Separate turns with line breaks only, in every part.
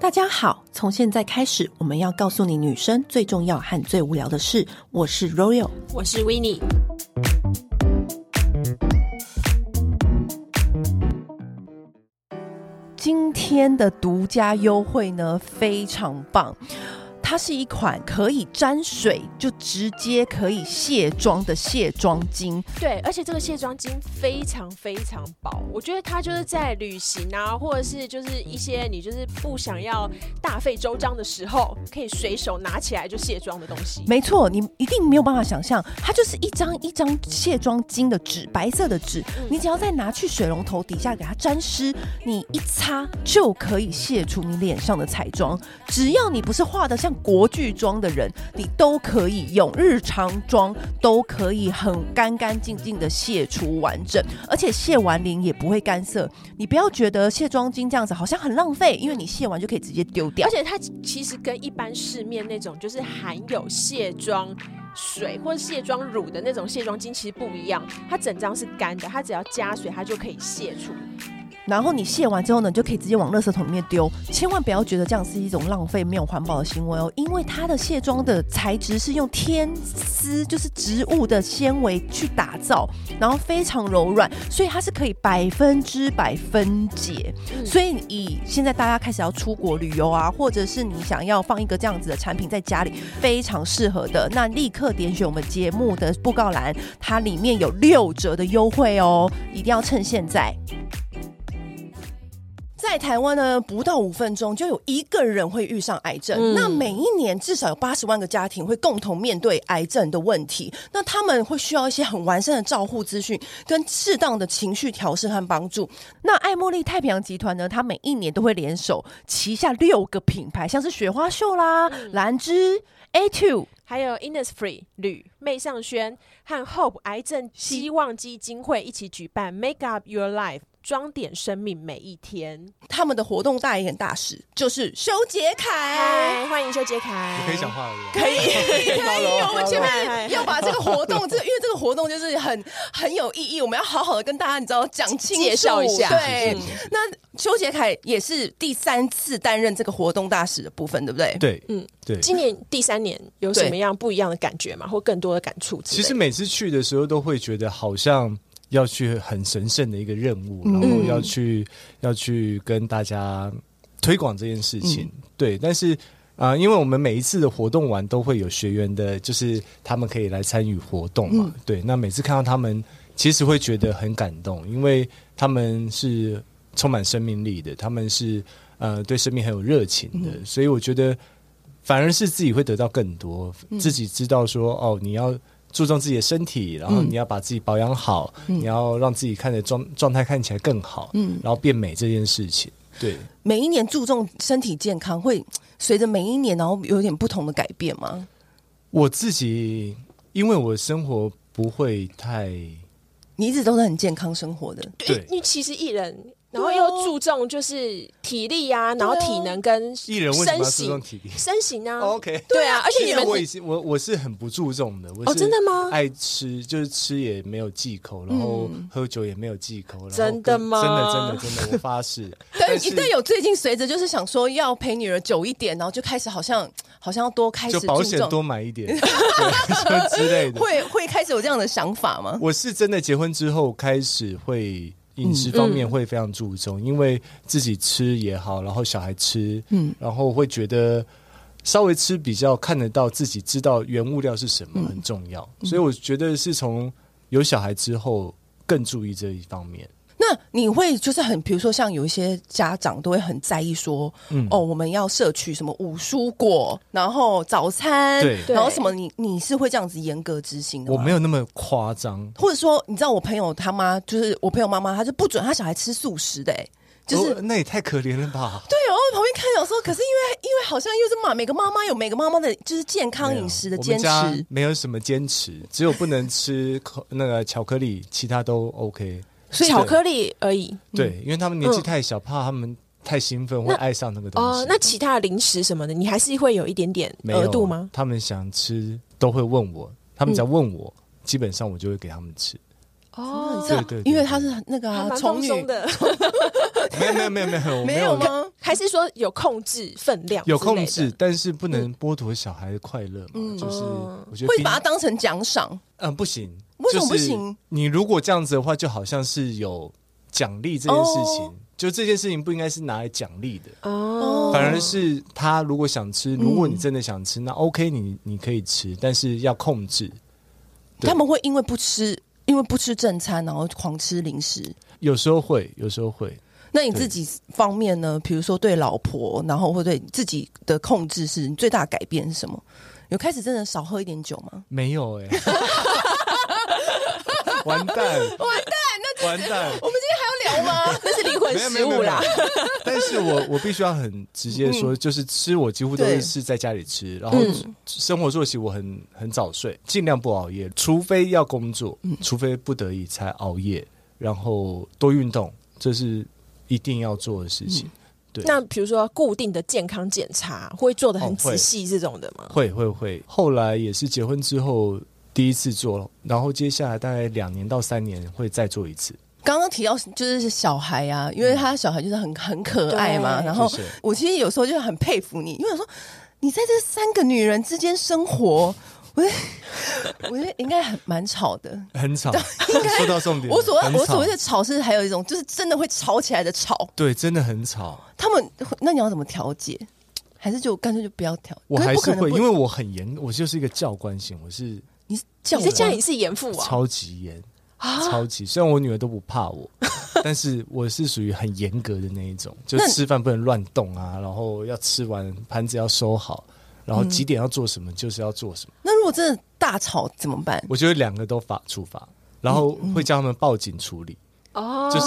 大家好，从现在开始，我们要告诉你女生最重要和最无聊的事。我是 Royal，
我是 w i n n i e
今天的独家优惠呢，非常棒。它是一款可以沾水就直接可以卸妆的卸妆巾，
对，而且这个卸妆巾非常非常薄，我觉得它就是在旅行啊，或者是就是一些你就是不想要大费周章的时候，可以随手拿起来就卸妆的东西。
没错，你一定没有办法想象，它就是一张一张卸妆巾的纸，白色的纸，你只要再拿去水龙头底下给它沾湿，你一擦就可以卸除你脸上的彩妆。只要你不是化的像国剧妆的人，你都可以用，日常妆都可以很干干净净的卸除完整，而且卸完脸也不会干涩。你不要觉得卸妆巾这样子好像很浪费，因为你卸完就可以直接丢掉
而。且它其实跟一般市面那种就是含有卸妆水或者卸妆乳的那种卸妆巾其实不一样，它整张是干的，它只要加水它就可以卸除。
然后你卸完之后呢，你就可以直接往垃圾桶里面丢。千万不要觉得这样是一种浪费、没有环保的行为哦，因为它的卸妆的材质是用天丝，就是植物的纤维去打造，然后非常柔软，所以它是可以百分之百分解。
嗯
所以以现在大家开始要出国旅游啊，或者是你想要放一个这样子的产品在家里，非常适合的。那立刻点选我们节目的布告栏，它里面有六折的优惠哦，一定要趁现在。在台湾呢，不到五分钟就有一个人会遇上癌症。
嗯
那每一年至少有八十万个家庭会共同面对癌症的问题。那他们会需要一些很完善的照护资讯，跟适当的情绪调试和帮助。那爱茉莉太平洋集团呢，它每一年都会联手旗下六个品牌，像是雪花秀啦、兰芝、A Two。
还有 Innisfree 吕妹尚轩和 Hope 癌症希望基金会一起举办 Make Up Your Life 装点生命每一天。
他们的活动代言大使就是修杰楷，
嗨，欢迎修杰楷，
可以讲话了耶。
可以，可以，我们前面
嗨
要把这个活动，这因为这个活动就是很很有意义，我们要好好的跟大家你知道讲清楚，
介绍一下
对，那邱杰凯也是第三次担任这个活动大使的部分，对不对？
对，
嗯
嗯，对。
今年第三年有什么样不一样的感觉吗？或更多的感触之类
其
的？
实每次去的时候都会觉得好像要去很神圣的一个任务，然后要去要去跟大家推广这件事情。对，但是。啊、因为我们每一次的活动完都会有学员的，就是他们可以来参与活动嘛。对，那每次看到他们，其实会觉得很感动，因为他们是充满生命力的，他们是呃对生命很有热情的，所以我觉得反而是自己会得到更多，
嗯
自己知道说哦，你要注重自己的身体，然
嗯
后你要把自己保养好，你要让自己看的状状态看起来更好，嗯，然后变美这件事情，对，
每一年注重身体健康，会随着每一年然后有点不同的改变吗？
我自己因为我生活不会太
你一直都是很健康生活的，
对
因为其实艺人，然后
对啊
又注重就是体力啊，然后
对啊
体能跟
艺人为什
身
么要注重
形、
体力？
身形啊
OK
对啊，而且
其
你
实我
们
以前我我是很不注重的，我
哦
是
真的吗嗯
爱吃就是吃也没有忌口，然后喝酒也没有忌口，然后
真的
跟
吗
真的真的真的，我 发誓。
但
是
但有最近随着就是想说要陪女儿久一点，然后就开始好像好像要多开始
就
注
保险
重，
多买 一点，对，就 之类的。
会会开始有这样的想法吗？
我是真的结婚之后开始会
嗯
饮食方面会非常注重，因为自己吃也好，然后小孩吃，
嗯
嗯，然后会觉得稍微吃比较看得到自己知道原物料是什
嗯
么很重要，所以我觉得是从有小孩之后更注意这一方面。
那你会就是很，比如说像有一些家长都会很在意说，
嗯
哦，我们要摄取什么五蔬果，然后早餐，
对
然后什么你，你是会这样子严格执行的
我
吗？
没有那么夸张，
或者说，你知道我朋友他妈，就是我朋友妈妈，她就不准她小孩吃素食的、欸，就是。
哦那也太可怜了吧。
对，然后我旁边看想说，可是因为因为好像又是妈每个妈妈有每个妈妈的，就是健康饮食的
没有
坚持，
我们家没有什么坚持，只有不能吃可那个巧克力，其他都 OK。
巧克力而已
对，因为他们年纪太小，怕他们太兴奋会爱上那个东西。
哦。那其他的零食什么的，你还是会有一点点
没有
额度吗？？
他们想吃都会问我，他们只要问我，基本上我就会给他们吃。
哦
这
对对对
因为它是那个
还
啊
蛮
虫
放
女，
松的，
没有没有没有没有，我
没有吗？
还是说有控制分量之类的？
有控制，但是不能剥夺小孩的快乐嘛。
嗯
就是
哦
我觉得
会
冰
把它当成奖赏，
嗯不行，
为什么
就是
不行
你如果这样子的话，就好像是有奖励这件事情，
哦
就这件事情不应该是拿来奖励的。
哦，
反而是他如果想吃，
嗯
如果你真的想吃，那 OK，你你可以吃，但是要控制。对
他们会因为不吃，因为不吃正餐，然后狂吃零食。
有时候会，有时候会，
那你自己方面呢？比如说对老婆，然后或对自己的控制是你最大的改变是什么？有开始真的少喝一点酒吗？
没有哎、 完蛋，完蛋，完蛋，
我们今天还要聊吗？
那是灵魂
没有没
食
有没有
物啦
没。有但是我我必须要很直接说，就是吃我几乎
嗯
都
对嗯
是是在家里吃，然后生活作息我很很早睡，尽量不熬夜，除非要工作，
嗯
除非不得已才熬夜，然后多运动，这是一定要做的事情。
嗯
对
那比如说固定的健康检查会做的很
哦会
仔细这种的吗？
会会会，后来也是结婚之后第一次做，然后接下来大概两年到三年会再做一 次。
刚刚提到就是小孩啊，因为他小孩就是很很可爱嘛，
对
然后
谢谢
我其实有时候就很佩服你，因为我说你在这三个女人之间生活，我觉得我觉得应该很蛮吵的。
很吵，说到重点了，
我所谓
很
我所
吵
谓的吵是还有一种就是真的会吵起来的吵，
对，真的很吵。
他们那你要怎么调解？还是就干脆就不要调？
我还
可
是
不可
会，
能不
因为我很严，我就是一个教官型，我是
你是叫
你在
我啊
家里是严父啊？
超级严，超级。虽然我女儿都不怕我，但是我是属于很严格的那一种，就
那你
吃饭不能乱动啊，然后要吃完盘子要收好，然后
嗯
几点要做什么就是要做什么。
那如果真的大吵怎么办？
我觉得两个都罚处罚，然后
嗯
会叫他们报警处理，
哦
就是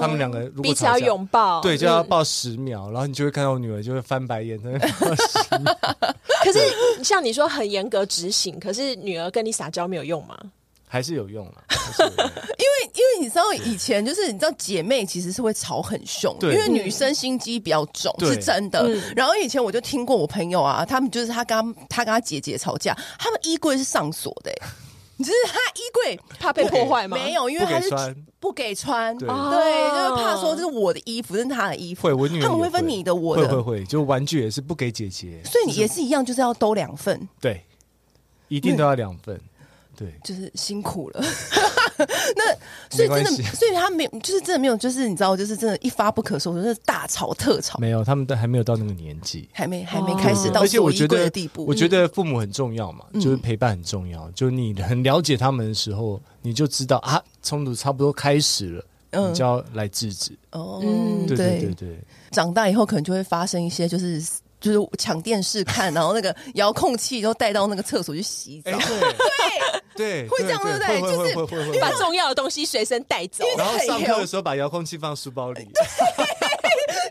他们两个如
彼
果
此
吵
要
架，
拥抱。嗯
对，就要抱十秒，然后你就会看到我女儿就会翻白眼，在 那边抱10秒
可是像你说很严格执行，可是女儿跟你撒娇没有用吗？
还是有用了，还是有用。
因为因为你知道以前就是你知道姐妹其实是会吵很凶，因
对
为女生心机比较重
对
是真的。
嗯
然后以前我就听过我朋友啊，他们就是他跟他他跟他姐姐吵架，他们衣柜是上锁的、 欸，就是他衣柜
怕被破坏吗？
没，有，因为
不给
他是
穿
不给穿，对，
对
就是
哦
怕说这是我的衣服，这是他的衣服，
会，我女儿
他们
也
会分你的 我
会
的，
会会，就玩具也是不给姐姐，
所以你也是一样，就是要兜两份。
对，一定都要两份，对。
就是辛苦 了。那所以真
没关
的
系，
所以他没有，就是真的没有，就是你知道，就是真的，一发不可收拾，就是大吵特吵，
没有，他们都还没有到那个年纪，
还没还没开始
对
到
而且
做
我
衣
觉
柜
得
的地步。嗯
我觉得父母很重要嘛，就是陪伴很重要。就你很了解他们的时候，你就知道啊，冲突差不多开始了，
嗯
你就要来制止。
哦，
嗯
对对对
对，
对，
长大以后可能就会发生一些就是。就是抢电视看，然后那个遥控器都带到那个厕所去洗澡，
哎对 对，
会这样对不对
对？会
就是
会会会会
把重要的东西随身带 走。
然后上课的时候把遥控器放书包里，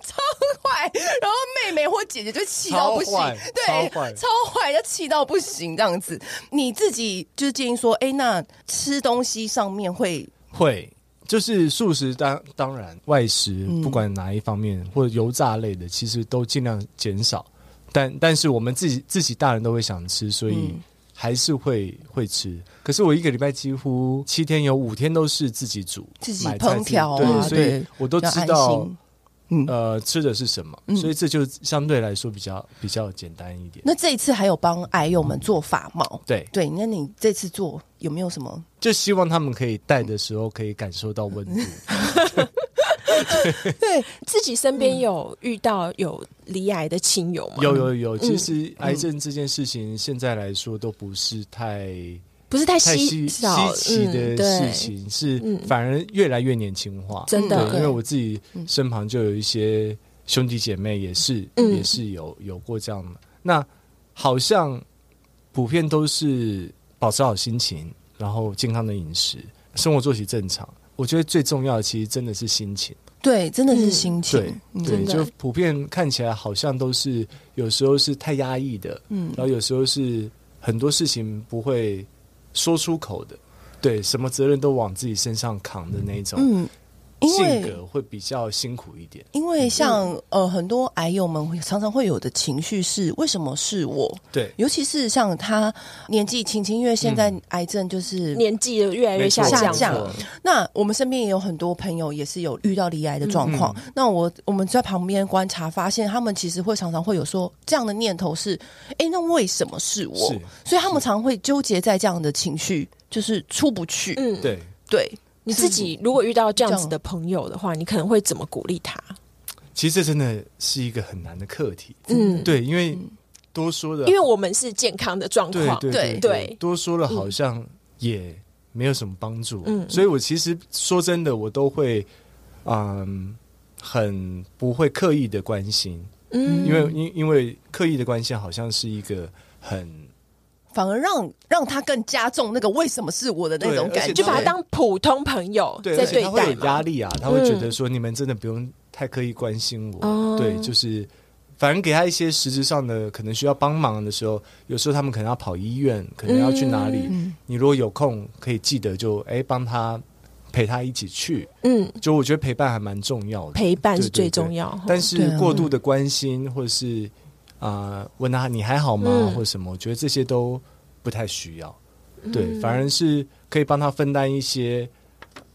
超 坏。然后妹妹或姐姐就气到不行
超坏，
对，
超坏
超坏，就气到不行这样子。你自己就是建议说，哎，那吃东西上面会
会。就是素食当当然外食，
嗯
不管哪一方面、或者油炸类的，其实都尽量减少。但但是我们自己自己大人都会想吃，所以
嗯
还是会、会吃。可是我一个礼拜几乎七天有五天都是自己煮，
自己
买菜
烹调啊
对，所以
对
我都
比较
知
安
道
心嗯
呃吃的是什么，所以这就相对来说比较比较简单一点。
那这一次还有帮癌友们做法帽，
对，
对，那你这次做有没有什么？
就希望他们可以戴的时候可以感受到温度。
自己身边有遇到有离癌的亲友吗？
有有有，
嗯
其实癌症这件事情现在来说都不是太
不是太
太稀稀
少嗯
奇的事，情，是反而越来越年轻化。
真的
对因为我自己身旁就有一些兄弟姐妹也是
嗯
也是有有过这样的。那好像普遍都是保持好心情，然后健康的饮食，生活作息正常。我觉得最重要的其实真的是心情。
对，真的是心情，
对
嗯
真
对，
的
就普遍看起来好像都是有时候是太压抑的，
嗯
然后有时候是很多事情不会说出口的，对，什么责任都往自己身上扛的那一种。
嗯，因
性
为
格嗯会比较辛苦一点。
因为像呃很多癌友们会常常会有的情绪是为什么是我？
对，
尤其是像他年纪轻轻，因为现
嗯
在癌症就是、
年纪越来越
没
下
错
下
降
降
了。
没错
那我们身边也有很多朋友也是有遇到离癌的状况。
嗯
那我我们在旁边观察，发现他们其实会常常会有说这样的念头是：哎，那为什么是我？
是
所以他们常会纠结在这样的情绪，就是出不去。
嗯，
对，
对，
你自己如果遇到这样
这
子
样
的朋友的话，你可能会怎么鼓励他？
其实这真的是一个很难的课题。
嗯，
对，因为多说的，
因为我们是健康的状
对
况，
对
对
对
多说了好像也没有什么帮助。
嗯
所以我其实说真的，我都会嗯很不会刻意的关心，
嗯
因为因因为刻意的关心好像是一个很
反而让让他更加重那个为什么是我的那种
对而
感
且
觉，
就把他
对
当普通朋友
对，
在
而且
对
他
待
会有
嘛。
压力啊，他会觉得说你们真的不用太刻意关心我，
哦
对，就是反正给他一些实质上的可能需要帮忙的时候，有时候他们可能要跑医院，可能要去哪里，
嗯
你如果有空可以记得就哎帮他陪他一起去，
嗯，
就我觉得陪伴还蛮重要的，
陪伴是
对对
最重要。
但
对
是
啊
过度的关心或者是啊、呃问他你还好吗、
嗯
或者什么，我觉得这些都不太需要。
嗯
对，反而是可以帮他分担一些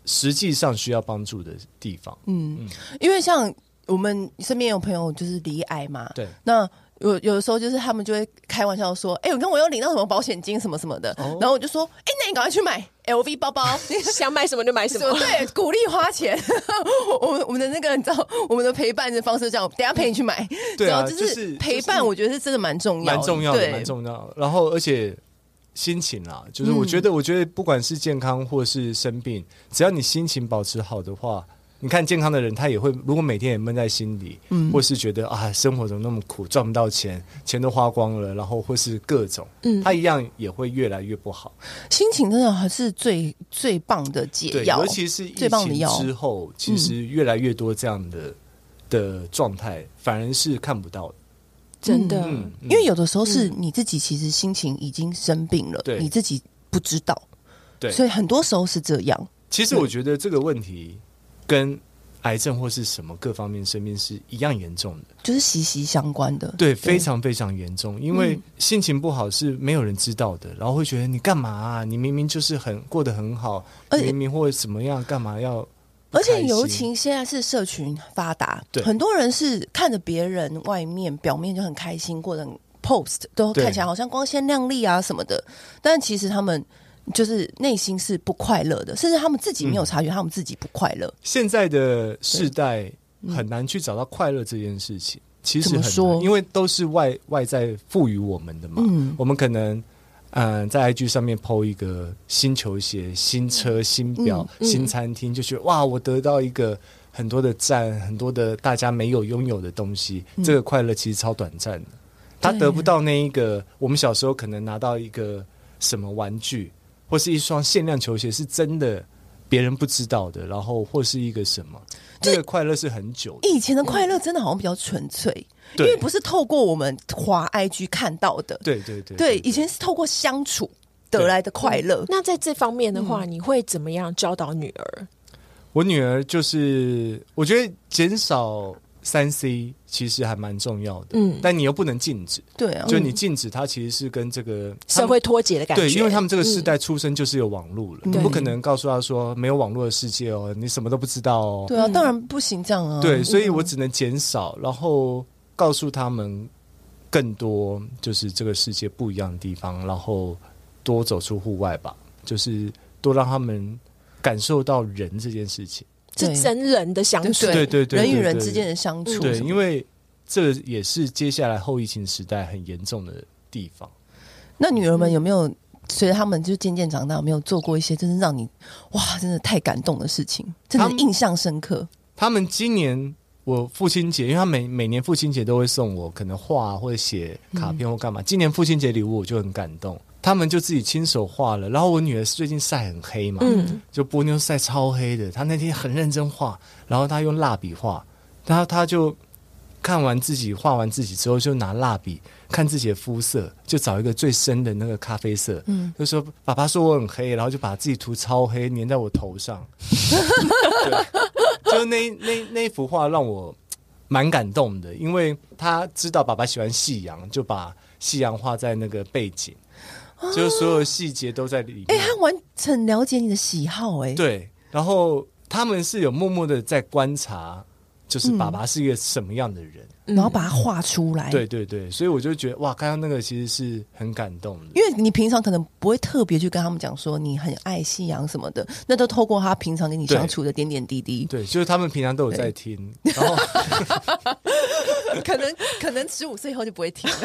实际上需要帮助的地方。
嗯，因为像我们身边有朋友就是离癌嘛，
对，
那有有的时候就是他们就会开玩笑说：“哎、我跟我又领到什么保险金什么什么的。
哦
然后我就说：“哎、那你赶快去买 LV 包 包。”
想买什么就买什
什
么
么，对，鼓励花钱。 我们我们的那个，你知道，我们的陪伴的方式是这样，等一下陪你去买。
对啊
然后就
就是是
陪伴，我觉得是真的蛮重要的，
蛮重要的，
对
蛮重要的。然后而且心情啦，就是我
嗯
觉得，我觉得不管是健康或是生病，只要你心情保持好的话。你看健康的人，他也会如果每天也闷在心里，
嗯
或是觉得啊生活怎么那么苦，赚不到钱，钱都花光了，然后或是各种，
嗯
他一样也会越来越不好。
心情真的还是最最棒的解
对，
药
尤。其是疫
最棒的
情
药嗯
之后，其实越来越多这样的的状态，反而是看不到的。
真的。
嗯，嗯
因为有的时候是你自己其实心情已经生病了，
对
你自己不知道，
嗯对
所以很多时候是这样。
其实我觉得这个问题跟癌症或是什么各方面生病是一样严重的，
就是息息相关的。
对，非常非常严重。
嗯
因为心情不好是没有人知道的，然后会觉得你干嘛啊？你明明就是很过得很好，
而
你
且
明明或者怎么样，干嘛要不
而
开
且
心？
尤其现在是社群发达，
对
很多人是看着别人外面表面就很开心，过得很 post 都
对
看起来好像光鲜亮丽啊什么的，但其实他们就是内心是不快乐的，甚至他们自己
嗯
没有察觉他们自己不快乐。
现在的世代很难去找到快乐这件事情，其实很难
嗯怎么说
因为都是外外在赋予我们的嘛。
嗯
我们可能嗯、呃在 IG 上面 PO 一个新球鞋、新车、新表、
嗯
新餐厅，就觉得哇，我得到一个很多的赞，很多的大家没有拥有的东西，这个快乐其实超短暂的。他
对
得不到那一个，我们小时候可能拿到一个什么玩具，或是一双限量球鞋，是真的别人不知道的，然后或是一个什么，这个快乐是很久的。
以前的快乐真的好像比较纯粹，因
对
为不是透过我们滑 IG 看到的，
对对对
对，以前是透过相处得
对嗯
来的快乐。
那在这方面的话，你会怎么样教导女儿？
我女儿就是，我觉得减少三 C 其实还蛮重要的，
嗯
但你又不能禁止，
对啊，
就你禁止它其实是跟这个
社。会脱节的
他
感
们
觉，
对，因为他们这个世代出生就是有网络了，
嗯
你不可能告诉他说没有网络的世界哦，你什么都不知道哦。
对啊，当然不行这样啊。
对，所以我只能减少，然后告诉他们更多，就是这个世界不一样的地方，然后多走出户外吧，就是多让他们感受到人这件事情。
是真人的相处，
对对对，
人与
对
人
对
之间的相处什么的，
对，因为这也是接下来后疫情时代很严重的地方。
那女儿们有没有随着他们就渐渐长大，有没有做过一些真的让你哇，真的太感动的事情，真的
他们
印象深刻？
他们今年我父亲节，因为他每每年父亲节都会送我可能画啊或者写卡片或干嘛。今年父亲节礼物我就很感动，他们就自己亲手画了。然后我女儿最近晒很黑嘛，
嗯，
就波妞晒超黑的，她那天很认真画，然后她用蜡笔画，然后她就。看完自己画完自己之后，就拿蜡笔看自己的肤色，就找一个最深的那个咖啡色，
嗯
就说爸爸说我很黑，然后就把自己涂超黑，粘在我头上。就那那那幅画让我蛮感动的，因为他知道爸爸喜欢夕阳，就把夕阳画在那个背景，就是所有细节都在里
哎、
面。
他完全了解你的喜好、哎，
对，然后他们是有默默的在观察，就是
嗯
爸爸是一个什么样的人。
然后把它画出来，
对，对对，所以我就觉得哇，刚刚那个其实是很感动的。
因为你平常可能不会特别去跟他们讲说你很爱夕阳什么的，那都透过他平常跟你
对
相处的点点滴滴，
对，就是他们平常都有在听，然 后
可能可能十五岁以后就不会听了，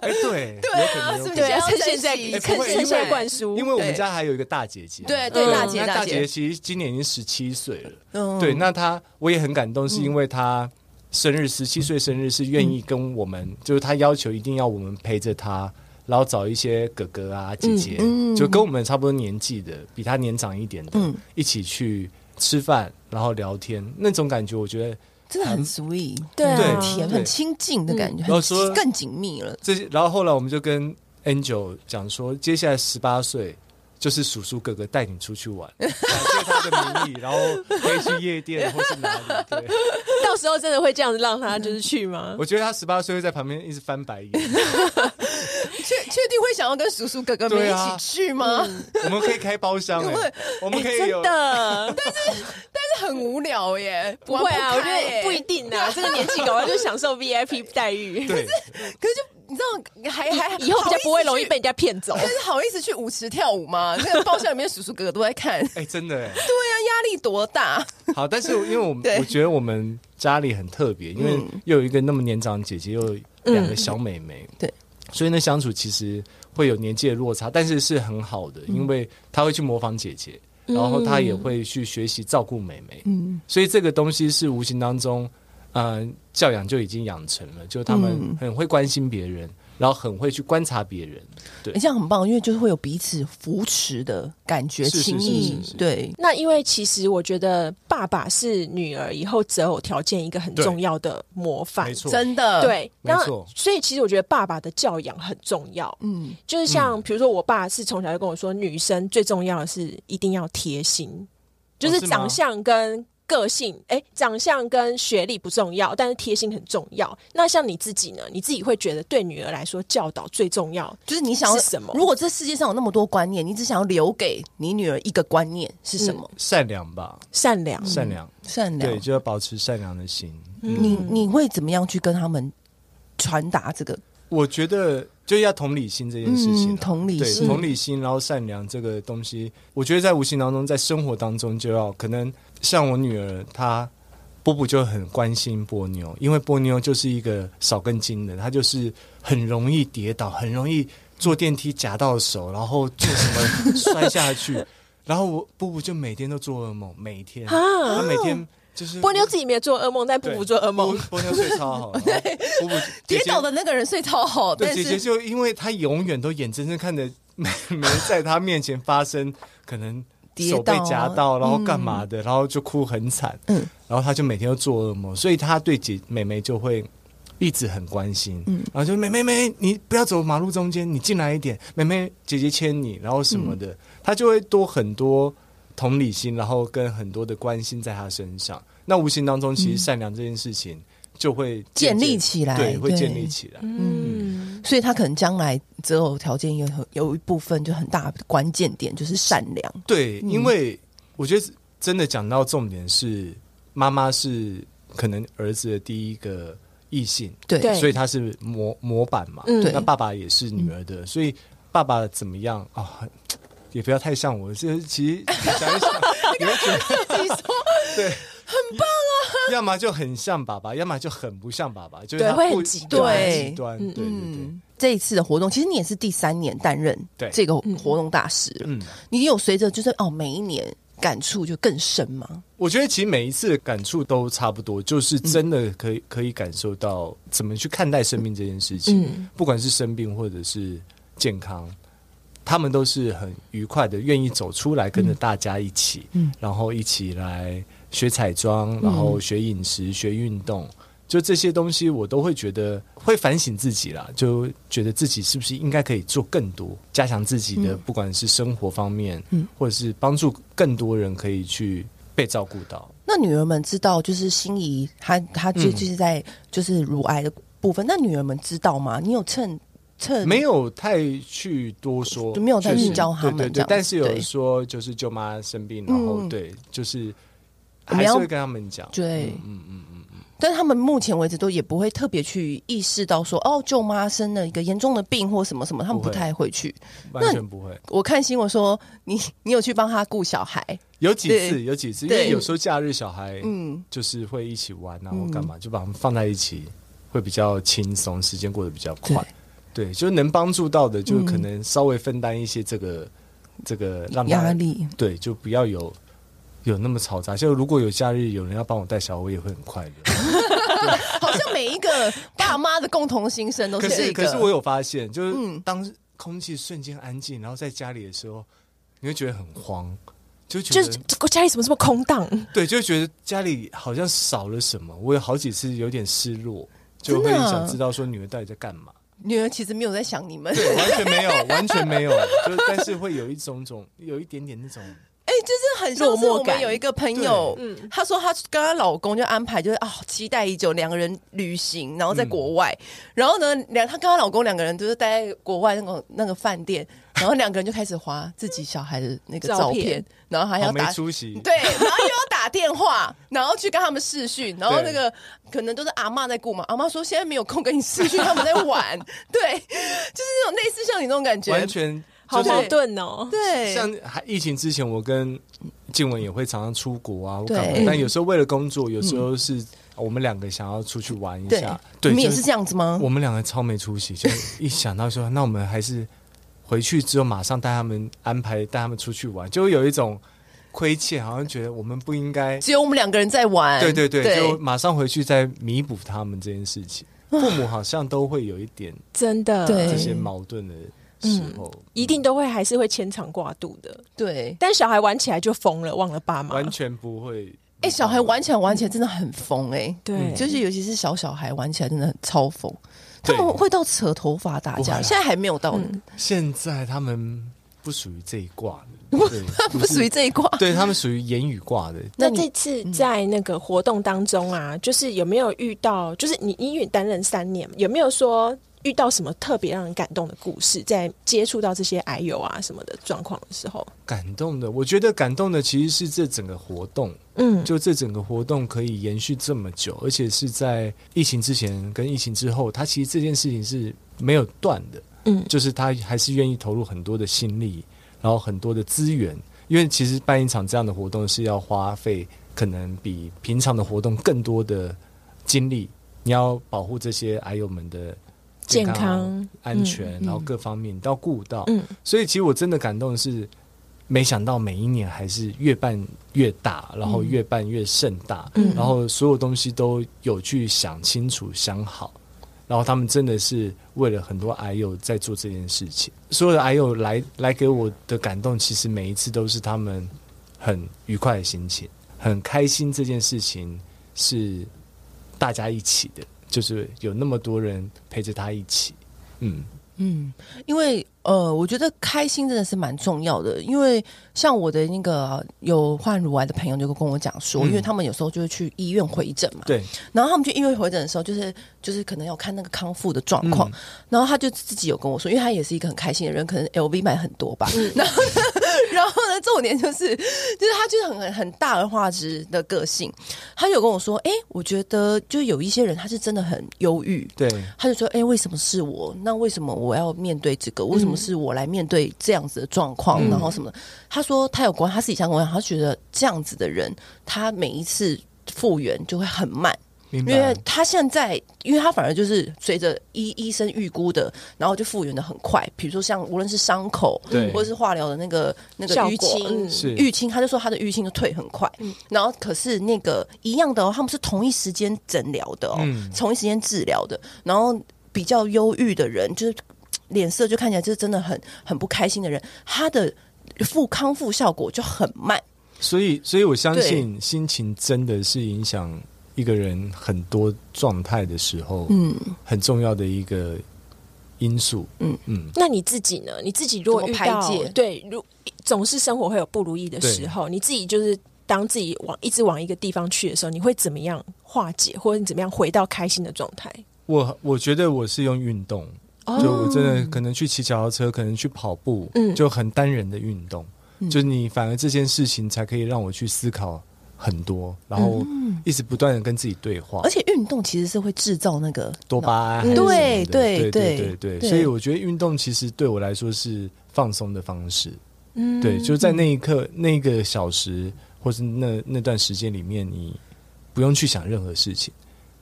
哎，对，有可能有可能
对
想
啊，
要
趁现在
珍惜
趁
哎不会因为
趁现在灌输，
因为我们
对
家还有一个大姐姐，
对对
嗯
大姐
那
大
大姐
姐，
其实今年已经十七岁了，
嗯
对，那她我也很感动，是因为她生日
嗯
十七岁生日是愿意跟我们，就是她要求一定要我们陪着她，然后找一些哥哥啊姐姐，
嗯嗯
就跟我们差不多年纪的，比她年长一点的，
嗯
一起去吃饭，然后聊天，那种感觉我觉得
真的很 sweet，
对啊
很甜，
对
很亲近的感觉，
然后说
很更紧密了。
这些。然后后来我们就跟 Angel 讲说，接下来十八岁。就是叔叔哥哥带你出去玩， 感谢他的名义，然后可以去夜店或是哪里。对，
到时候真的会这样子让他就是去吗？
我觉得他十八岁会在旁边一直翻白眼。
确确定会想要跟叔叔哥哥们
对
一
啊
起去吗？
嗯
我们可以开包厢哎、
对
我们可以有
真的
这很无聊耶，
不会啊，
玩
我觉
开
得
耶
不一。定啊，这个年纪搞完就享受 VIP 待遇，
对，
可是就你知道，还还
以后比较不会容
好
易。
意思
被人家骗走
去。但是好意思去舞池跳舞吗？那个包厢里面叔叔哥哥都在看，对
哎、真的哎、
啊，压力多大？
好，但是因为我们
对
我觉得我们家里很特别，因为又有一个那么年长的姐姐，又有两个小妹妹，
对，
所以呢相处其实会有年纪的落差，但是是很好的，因为她会去模仿姐姐，然后她也会去学习照顾妹妹，嗯，所以这个东西是无形当中，嗯、教养就已经养成了，就他们很会关心别人，然后很会去观察别人，对
你、这样很棒，因为就是会有彼此扶持的感觉，
是是
情谊
是是是
对。
那因为其实我觉得爸爸是女儿以后择偶条件一个很
对
重要的模范
没，错，
真的，
对，
没
那
错
所以其实我觉得爸爸的教养很重要，
嗯，
就是像比如说我爸是从小就跟我说，女生最重要的是一定要贴心，就是
哦是吗
长相跟。个性，哎、长相跟学历不重要，但是贴心很重要。那像你自己呢？你自己会觉得对女儿来说，教导最重要
就是你想要
是什么
如果这世界上有那么多观念，你只想要留给你女儿一个观念是什么？
善良吧，
善良。
善良。
嗯
善良
对，。就要保持善良的心。
你你会怎么样去跟他们传达这个？
我觉得就要同理心这件事情啊、
嗯同理心
对同理心，然后善良这个东西，我觉得在无形当中，在生活当中就要可能像我女儿她。波波就很关心波妞，因为波妞就是一个少根筋的，她就是很容易跌倒，很容易坐电梯夹到手，然后做什么摔下去。然后我波波就每天都做噩梦，每天，
啊
她每天就是
波妞自己没有做噩梦，但布布做噩梦
波。波妞睡超好，然后波波姐
跌
姐
倒的那个人睡超好，
对，
哦但
姐姐
是
就因为她永远都眼睁睁看着 妹妹在她面前发生，可能
跌
手被
倒啊
夹到，然后干嘛的，然后就哭很惨，
嗯
然后她就每天都做噩梦，所以她对姐妹妹就会。一直很关心，
嗯
然后就妹妹妹，你不要走马路中间，你进来一点，妹妹姐姐牵你，然后什么
嗯
的，她就会多很多同理心，然后跟很多的关心在她身上。那无形当中，其实善良这件事情就会渐
嗯建立
渐
起来
对，会
对
建立起来。
嗯，
所以他可能将来择偶条件有很有一部分就很大的关键点就是善良。
对，因为我觉得真的讲到重点是，妈妈是可能儿子的第一个异性，
对，
对
所以他是模模板嘛。
嗯
对
那爸爸也是女儿的，所以爸爸怎么样啊、 也不要太像我，这其实想一想，你会觉得
自己说
对，很棒啊。要么就很像爸爸，要么就很不像爸爸，就是
对
他
会
不
很极
端
对极端，对对对，
嗯，这一次的活动，其实你也是第三年担任
对
这个活动大使，
嗯。
你有随着就是哦，每一年感触就更深吗？
我觉得其实每一次的感触都差不多，就是真的可以、可以感受到怎么去看待生命这件事情，
嗯
不管是生病或者是健康，他们都是很愉快的，愿意走出来跟着大家一起，然后一起来学彩妆，然后学饮食、学运动。就这些东西，我都会觉得会反省自己啦，就觉得自己是不是应该可以做更多，加强自己的，不管是生活方面，或者是帮助更多人可以去被照顾到。
那女儿们知道，就是心仪她她就
嗯
就是在就是乳癌的部分，那女儿们知道吗？你有趁趁
没有太去多说，
呃没有太
确实
去教他们
对对
这
对
样，
但是有
对
说就是舅妈生病，然后
嗯
对，就是
我们
还是
要
会跟他们讲，
对
嗯嗯嗯嗯，
但他们目前为止都也不会特别去意识到说，哦，舅妈生了一个严重的病或什么什么，他们
不
不
会
太会去。
完全不会。
我看新闻说，你你有去帮他顾小孩，
有几次，
对
有几次，因
对
为有时候假日小孩
嗯，
就是会一起玩啊，
嗯
或干嘛，就把他们放在一起，会比较轻松，时间过得比较快。对，就是能帮助到的，
嗯
就可能稍微分担一些这个、这个让他
压，力，
对，就不要有有那么嘈杂。就如果有假日有人要帮我带小孩，我也会很快乐。
好像每一个爸妈的共同心声都
可
是这
是
个。
可是我有发现，就是
嗯
当空气瞬间安静，然后在家里的时候，你会觉得很慌，就觉
就
得
是这个家里怎么这么空荡？
对，就觉得家里好像少了什么。我有好几次有点失落，就
真的
会
啊
想知道说女儿到底在干嘛。
女儿其实没有在想你们，
对，完 全没有，完全没有。就但是会有一种种，有一点点那种，
哎、就是很像是
落寞
我们
感
有一个朋友，
对嗯
她说她跟她老公就安排就是啊、期待已久，两个人旅行，然后在国外，
嗯
然后呢，两她跟她老公两个人就是待在国外那个那个饭店，然后两个人就开始划自己小孩的那个
照
照
片
片，然后还
好
哎要
哦没
打。
出息。
对，然后又要打电话，然后去跟他们视讯，然后
对
那个可能都是阿嬷在顾嘛，阿嬷说现在没有空跟你视讯，他们在玩， 对，就是那种类似像你那种感觉
完，全
好
就
矛
是
盾哦。
对，
像还疫情之前，我跟静文也会常常出国啊，或干嘛
对嗯
但有时候为了工作，有时候是我们两个想要出去玩一
对
下，。
你
对，
们也
就是
这样子吗？
我们两个超没出息，就是一想到说，那我们还是回去之后马上带他们安排带他们出去玩，就会有一种亏欠，好像觉得我们不应该。
只有我们两个人在玩。
对对对，就马上回去再弥补他们这件事情。父母好像都会有一点
真的，
对嗯
这些矛盾的时候，
一定都会还是会牵肠挂肚的。
对。
但小孩玩起来就疯了，忘了爸妈。
完全不会。嗯
哎、小孩玩起来玩起来真的很疯哎、
对，
就是尤其是小小孩玩起来真的很超疯，他
对
们会到扯头发打
不会
架，
啊
现在还没有到那个，
现在他们不属于这一挂的，对
不属于，这一挂。
是对他们属于言语挂的。
那
那
你
这次在那个活动当中啊，就是有没有遇到，就是你因为担任三年，有没有说遇到什么特别让人感动的故事？在接触到这些癌友啊什么的状况的时候，
感动的，我觉得感动的其实是这整个活动，
嗯，
就这整个活动可以延续这么久，而且是在疫情之前跟疫情之后，它其实这件事情是没有断的，
嗯
就是他还是愿意投入很多的心力，然后很多的资源，因为其实办一场这样的活动是要花费可能比平常的活动更多的精力，你要保护这些癌友们的
健
康、
康
安全，
嗯
然后各方面都要顾到，
嗯
所以其实我真的感动的是，没想到每一年还是越办越大，然后越办越盛大，
嗯
然后所有东西都有去想清楚、想好。然后他们真的是为了很多癌友在做这件事情，所有的癌友来来给我的感动，其实每一次都是他们很愉快的心情，很开心这件事情是大家一起的，就是有那么多人陪着他一起，嗯，
嗯，因为呃，我觉得开心真的是蛮重要的。因为像我的那个呃有患乳癌的朋友就跟我讲说，
嗯
因为他们有时候就会去医院回诊嘛，
对，
然后他们去医院回诊的时候，就是就是可能要看那个康复的状况，
嗯
然后他就自己有跟我说，因为他也是一个很开心的人，可能 LV 买很多吧。
嗯
然后呢，然后呢，重点就是就是他就是很很大而化之的个性，他有跟我说，哎、我觉得就有一些人他是真的很忧郁。
对，
他就说：“哎、为什么是我？那为什么我要面对这个？为什么是我来面对这样子的状况？
嗯
然后什么的？”他说他有关，他自己想跟我讲，他觉得这样子的人，他每一次复原就会很慢，
明
因为
白。
他现在，因为他反而就是随着医医生预估的，然后就复原的很快。比如说像无论是伤口，
对
或者是化疗的那个那个
效
淤
果嗯
青，
是
淤青，他就说他的淤青就退很快。然后可是那个一样的哦，他们是同一时间诊疗的哦，
嗯
同一时间治疗的。然后比较忧郁的人，就是嘖脸色就看起来就是真的很很不开心的人，他的复康复效果就很慢。
所以，所以我相信心情真的是影响一个人很多状态的时候，
嗯，
很重要的一个因素。
嗯
嗯，
那你自己呢？你自己如果
怎
遇
么
到
排解
对，如总是生活会有不如意的时候，你自己就是当自己往一直往一个地方去的时候，你会怎么样化解，或者你怎么样回到开心的状态？
我我觉得我是用运动，
哦
就我真的可能去骑脚踏车，可能去跑步，
嗯
就很单人的运动，
嗯
就是你反而这件事情才可以让我去思考很多，然后
嗯
一直不断的跟自己对话，
而且运动其实是会制造那个
多巴胺还是什么的，
哎对对
对对
对
对
对
对，所以我觉得运动其实对我来说是放松的方式，嗯，对，就在那一刻、那个小时或是那那段时间里面，你不用去想任何事情，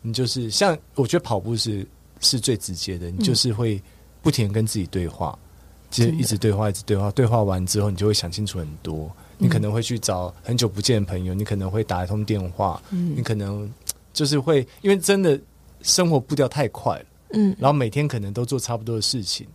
你就是像我觉得跑步是是最直接的，你就是会不停地跟自己对话，就
嗯真的
一直对话，一直对话，对话完之后，你就会想清楚很多。
嗯
你可能会去找很久不见的朋友，你可能会打一通电话，
嗯
你可能就是会因为真的生活步调太快了。
嗯，
然后每天可能都做差不多的事情，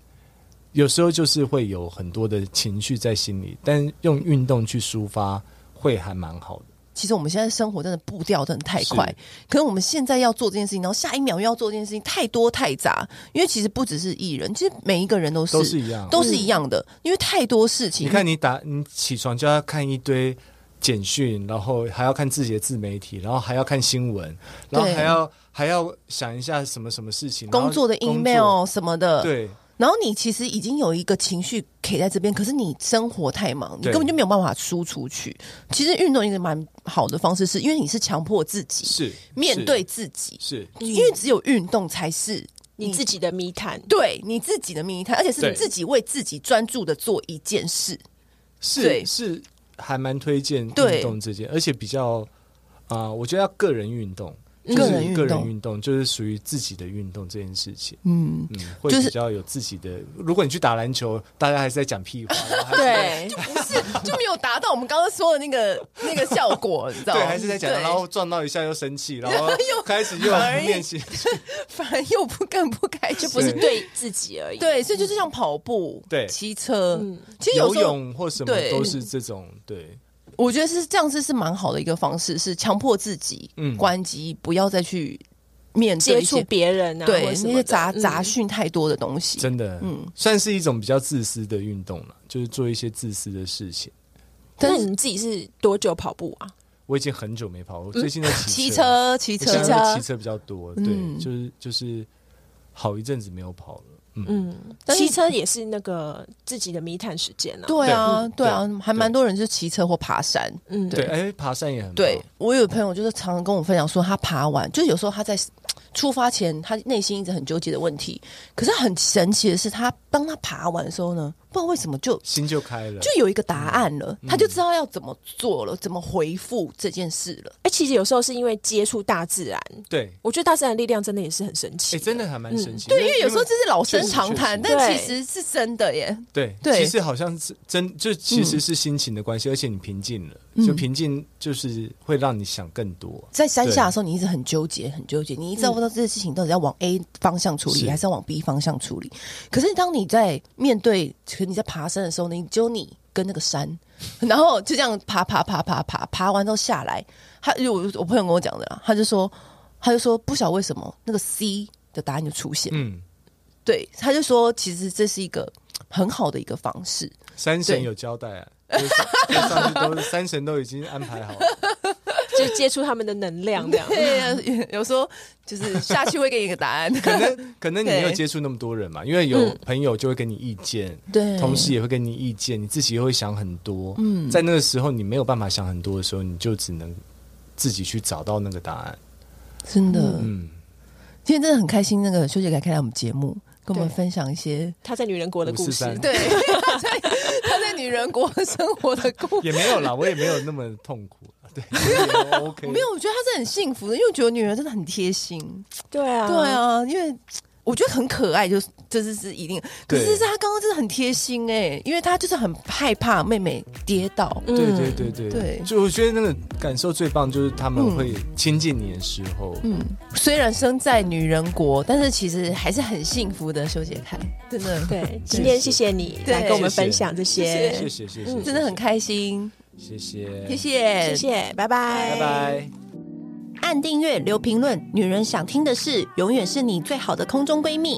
有时候就是会有很多的情绪在心里，但用运动去抒发会还蛮好的。
其实我们现在生活真的步调真的太快
是，
可能我们现在要做这件事情，然后下一秒又要做这件事情，太多太杂。因为其实不只是艺人，其实每一个人都是
都是一样
都是一样的，因为太多事情。
你看，你打你起床就要看一堆简讯，然后还要看自己的自媒体，然后还要看新闻，然后
对
还要还要想一下什么什么事情，然后
工作的
工作
email 什么的，
对。
然后你其实已经有一个情绪可以在这边，可是你生活太忙，你
对
根本就没有办法输出去。其实运动一个蛮好的方式是，因为你是强迫自己
是
面对自己，
是
因为只有运动才是
你自己的密谈，
嗯对你自己的密探，而且是你
对
自己为自己专注的做一件事。对
是是还蛮推荐
对
运动这件，而且比较啊、我觉得要个人运动，
嗯
就是
个人运动
个人运动就是属于自己的运动这件事情，
嗯，
嗯，会
就是
比较有自己的。如果你去打篮球，大家还是在讲屁 话，然后还是
对，
不是就没有达到我们刚刚说的那 个那个效果，你知道吗？
对，还是在讲，
对
然后撞到一下又生气，然 后开始又
反而
练习，
反而又不更不开心，
就
就
不是对自己而已。
对，所以就是像跑步、
嗯对
骑车，
嗯
其 实有
游
时候
泳或什么
对嗯
都是这种，对，
我觉得是这样子是蛮好的一个方式，是强迫自己
嗯
关机，不要再去面对
接
一
触
些
别人啊，
对
或
那
者什么
些
的
杂杂
嗯
讯太多的东西。
真的，
嗯
嗯，算是一种比较自私的运动了，就是做一些自私的事情。
嗯那
但是
啊
你自己是多久跑步啊？
我已经很久没跑，我最近在
嗯骑车，骑
我
车，
现在会骑车比较多，对，
嗯
就是就是好一阵子没有跑了，嗯，
嗯，
但是
骑车也是那个自己的密探时间啊。
对啊，
对
对啊，还蛮
对
多人是骑车或爬山。
嗯，
对，哎，爬山也很棒
对，我有朋友就是常常跟我分享说，他爬完，就是有时候他在出发前，他内心一直很纠结的问题。可是很神奇的是，他当他爬完的时候呢，不知道为什么就
心就开了，
就有一个答案了，他就知道要怎么做了，怎么回复这件事了。
哎，其实有时候是因为接触大自然，
对，
我觉得大自然的力量真的也是很神奇。
哎，真的还蛮神奇，
嗯对，因为有时候这是老生
确实
常谈，
确
实
但其
对
实是真的耶。
对，
对嗯
其实好像是真，就其实是心情的关系，而且你平静了，就平静就是会让你想更多，
在山下的时候，你一直很纠结，很纠结，你一直不知道这件事情到底要往 A 方向处理，
是
还是要往 B 方向处理。可是当你在面对，可能你在爬山的时候呢，你只有你跟那个山， 然后就这样爬爬爬爬爬，爬完之后下来，他有我我朋友跟我讲的啦，他就说，他就说不晓得为什么那个 C 的答案就出现，
嗯，
对，他就说其实这是一个很好的一个方 式，
山神
对
有交代啊，就是上次都山神都已经安排好了，
就接触他们的能 量这样。
对，有时候就是下去会给你一个答案，
可能可能你没有
对嗯
接触那么多人嘛，因为有朋友就会给你意见，
对
同事也会给你意见，你自己也会想很多。嗯，在那个时候你没有办法想很多的时候，你就只能自己去找到那个答案。
真的，
嗯，
今天真的很开心，那个修姐来开来我们节目，跟我们
对
分享一些
他在女人国的故事，
543
对在 她在女人国生活的故 事。
也没有啦，我也没有那么痛苦 啦，对也，OK，
没有，我觉得她是很幸福的，因为我觉得女人真的很贴心。
对啊，
对，啊，因为我觉得很可爱，就是这是是一定。可
对
是她刚刚真的很贴心哎、因为她就是很害怕妹妹跌倒。
嗯
对对
嗯
对对
对
就我觉得那个感受最棒，就是他们会亲近你的时候，
嗯，虽然生在女人国，但是其实还是很幸福的。修姐开真的
对， 今天谢谢你
对
来跟我们分享这
谢
些，
谢谢谢谢，
嗯真的很，开心，
谢谢
谢，谢
谢谢，拜拜，
拜拜。
按订阅、留评论，女人想听的事，永远是你最好的空中闺蜜。